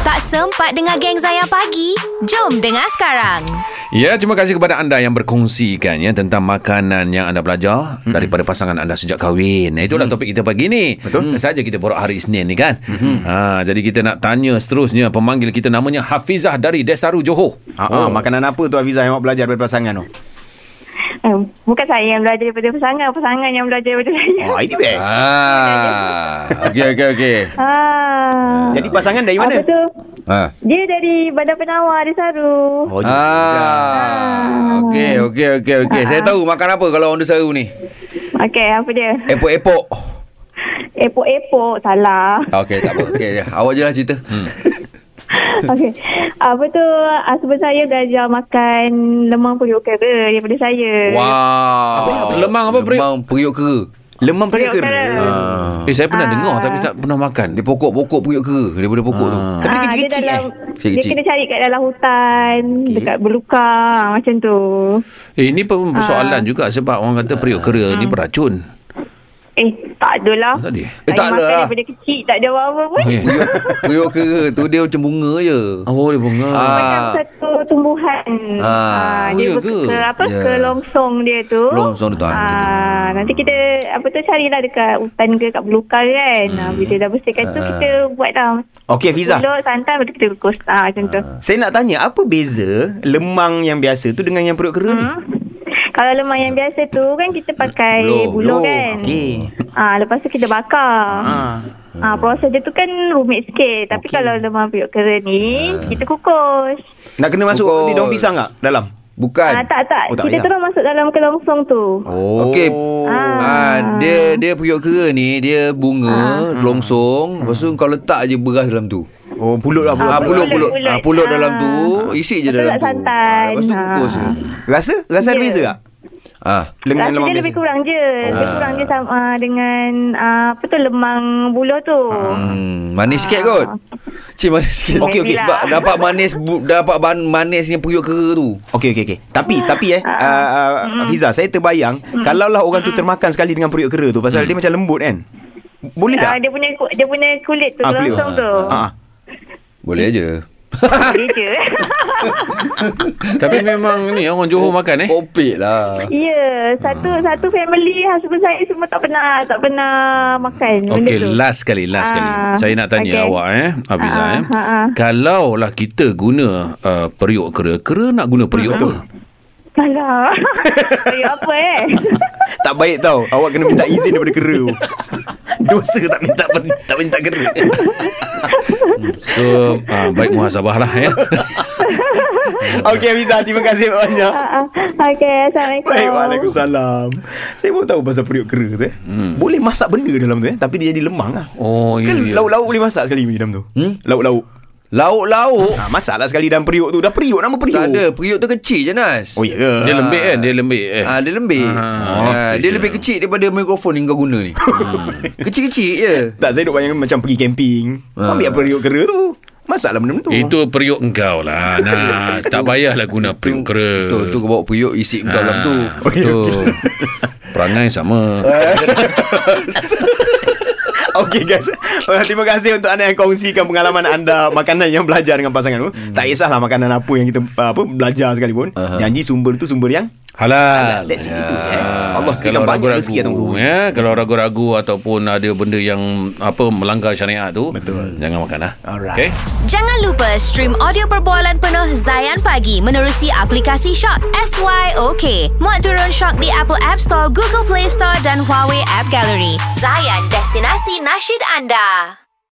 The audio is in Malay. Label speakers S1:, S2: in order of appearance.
S1: Tak sempat dengar geng Zayan pagi? Jom dengar sekarang.
S2: Ya, terima kasih kepada anda yang berkongsikan ya tentang makanan yang anda belajar mm-hmm. daripada pasangan anda sejak kahwin. Nah, Itulah mm. topik kita pagi ni. Betul. Saja kita borak hari Isnin ni kan. Mm-hmm. Ha, jadi kita nak tanya seterusnya pemanggil kita namanya Hafizah dari Desaru Johor.
S3: Ha, oh. makanan apa tu Hafizah yang awak belajar daripada pasangan tu?
S4: Eh, Bukan saya yang belajar daripada pasangan Pasangan yang belajar daripada saya
S3: Oh, ini best.
S5: Ah. Okey okey okey.
S4: ah.
S3: Jadi pasangan dari mana?
S4: Ha. Apa tu?
S5: Ha.
S4: Dia dari Bandar Penawar Dia Saru
S3: Oh,
S5: Ah. Okey okey okey okey. Saya tahu makan apa kalau orang Desaru ni.
S4: Okey apa dia
S5: Epok-epok. Ah,
S4: Epok-epok Salah
S5: Okey tak apa. Okey awak je lah cerita. Hmm.
S4: Okey Apa tu ah, Sebab saya belajar makan Lemang periuk kera Daripada saya
S5: Wow.
S2: Lemang apa, Prik?
S5: Lemang periuk kera.
S3: Lemang periuk kera.
S4: Periuk kera.
S3: Ah.
S2: Eh, saya pernah dengar tapi tak pernah makan.
S5: Dia pokok-pokok periuk kera daripada pokok tu.
S3: Tapi
S4: Ah,
S3: kecil-kecil
S4: dia dalam,
S5: eh?
S4: Dia
S5: Kecil-kecil.
S4: kena cari kat dalam hutan okay. Dekat belukar ah, Macam tu
S2: Eh, ini pun persoalan juga sebab orang kata periuk kera ni beracun.
S4: Eh tak adalah
S2: Oh, Tak ada.
S4: Saya
S5: Eh, tak
S4: makan
S5: adalah.
S4: daripada kecil Tak ada apa-apa pun
S2: Okey.
S5: Periuk kera tu dia macam bunga je.
S2: Eh. Oh, dia bunga.
S5: Ah.
S4: Macam satu tumbuhan.
S5: Ah.
S4: Ah, dia
S2: Oh, ya
S4: ber-
S2: ke?
S4: ke apa
S5: Ya.
S4: ke longsong dia tu.
S5: Longsong tu, ah,
S4: Ah, nanti kita apa tu carilah dekat hutan ke kat belukar kan. Ah, bila dah bersihkan tu kita buat dah.
S3: Okey Hafizah.
S4: Pulut santan baru kita kukus. Ah macam tu.
S3: Saya nak tanya apa beza lemang yang biasa tu dengan yang periuk kera ni?
S4: Hmm, Kalau lemang yang biasa tu kan kita pakai
S5: Belur,
S4: buluh,
S5: belur.
S4: kan.
S3: Oh, Okey.
S4: Ah lepas tu kita bakar.
S3: Ah.
S4: Ah proses dia tu kan rumit sikit. Tapi
S3: Okey.
S4: kalau lemang periuk kera ni kita kukus.
S3: Nak kena masuk
S5: Kukus.
S3: ni daun pisang tak dalam?
S5: Bukan.
S4: Ah tak tak,
S3: Oh, tak
S4: kita
S3: payah.
S4: terus masuk dalam ke longsong tu.
S3: Oh.
S5: Okey.
S4: Ah.
S5: Ah, dia dia periuk kera ni dia bunga longsong, lepas tu kau letak je beras dalam tu.
S3: Oh, pulut lah pulut.
S5: Ah,
S4: Ah,
S5: pulut
S4: pulut,
S5: pulut.
S4: pulut.
S5: Ah, pulut
S4: Ah.
S5: dalam tu, isi
S4: Lepas
S5: je
S4: tu
S5: dalam
S4: letak
S5: tu.
S4: santan.
S5: Ah, lepas tu kukus je.
S4: Ah.
S3: Rasa rasa ada
S4: Ya.
S3: beza tak?
S5: Ah.
S3: Dengan
S4: Rasa
S3: lemang
S4: dia
S3: biasa.
S4: lebih kurang je. Lebih kurang je sama ah, dengan ah, apa tu lemang buluh tu.
S3: Ah.
S4: Ah,
S5: Hmm, manis sikit kot. Cik manis sikit.
S3: Okey, okey.
S5: Sebab dapat manis bu- dapat ban- manisnya periuk kera tu.
S3: Okey okey okey.
S4: Ah.
S3: Tapi tapi eh uh,
S4: Hmm.
S3: uh, Fiza saya terbayang kalaulah orang tu termakan sekali dengan periuk kera tu pasal dia macam lembut kan. Boleh
S4: Ah,
S3: tak?
S4: dia punya ku- dia punya kulit tu
S3: Ah, kulit.
S4: langsung tu. Ah,
S3: Ah.
S5: Boleh je.
S4: Dia je.
S2: Tapi memang ni orang Johor makan eh.
S5: Kopek lah.
S4: Ya, satu
S3: Ah.
S4: satu family husband saya semua tak pernah tak pernah makan benda
S2: Okey,
S4: tu.
S2: last sekali, last sekali.
S4: Ah,
S2: Saya nak tanya
S4: okey.
S2: awak eh, Hafizah
S4: Ah,
S2: eh.
S4: ah, ah.
S2: Kalau lah kita guna uh, periuk kera, kera nak guna periuk
S4: Ah,
S2: apa?
S4: Alah. Ayuh, apa eh?
S3: Tak baik tau. Awak kena minta izin daripada kera. tu. Dosa tak minta per- tak minta kera.
S2: So, uh, baik muhasabah lah ya.
S3: Okey Fiza terima kasih banyak.
S4: Ah, ah. Okey, Assalamualaikum.
S3: Baik, Waalaikumsalam. Saya baru tahu pasal periuk kera tu eh. Hmm. Boleh masak benda dalam tu eh, tapi dia jadi lemang lah.
S2: Oh, ya.
S3: Kan
S2: ya.
S3: lauk-lauk boleh masak sekali dalam tu. Hmm? Lauk-lauk.
S5: Lauk-lauk.
S3: Ha, masaklah sekali dalam periuk tu. Dah periuk nama periuk.
S5: Tak ada. Periuk tu kecil je, Nas.
S3: Oh, ya ke?
S2: Dia lembik kan? Dia lembik eh.
S5: Ah, dia lembik. Ah,
S2: Ah,
S5: dia lebih kecil daripada mikrofon yang kau guna ni.
S3: Hmm.
S5: Kecil-kecil je.
S3: Tak, saya duk bayangkan macam pergi camping. Ha. Ambil periuk kera tu. Masaklah benda tu.
S2: Itu periuk engkau lah. Nah, tak payahlah guna periuk kera. Ah,
S5: Tu, tu kau bawa periuk isi kau dalam tu.
S3: Okey,
S2: tu.
S3: okey.
S2: Perangai sama.
S3: Okey guys uh, Terima kasih untuk anda yang kongsikan pengalaman anda Makanan yang belajar dengan pasangan tu hmm. Tak kisahlah makanan apa yang kita uh, apa belajar sekalipun uh-huh. Janji sumber tu sumber yang
S2: Halal.
S3: That's it itu eh.
S2: Ah,
S3: Allah sediakan banyak rezeki yang tunggu
S2: ya, kalau ragu-ragu ataupun ada benda yang apa melanggar syariat tu, Betul. jangan makan lah.
S3: Alright.
S2: Okay?
S1: Jangan lupa stream audio perbualan penuh Zayan pagi menerusi aplikasi Shock SYOK. Muat turun Shock di Apple App Store, Google Play Store dan Huawei App Gallery. Zayan, destinasi nasyid anda.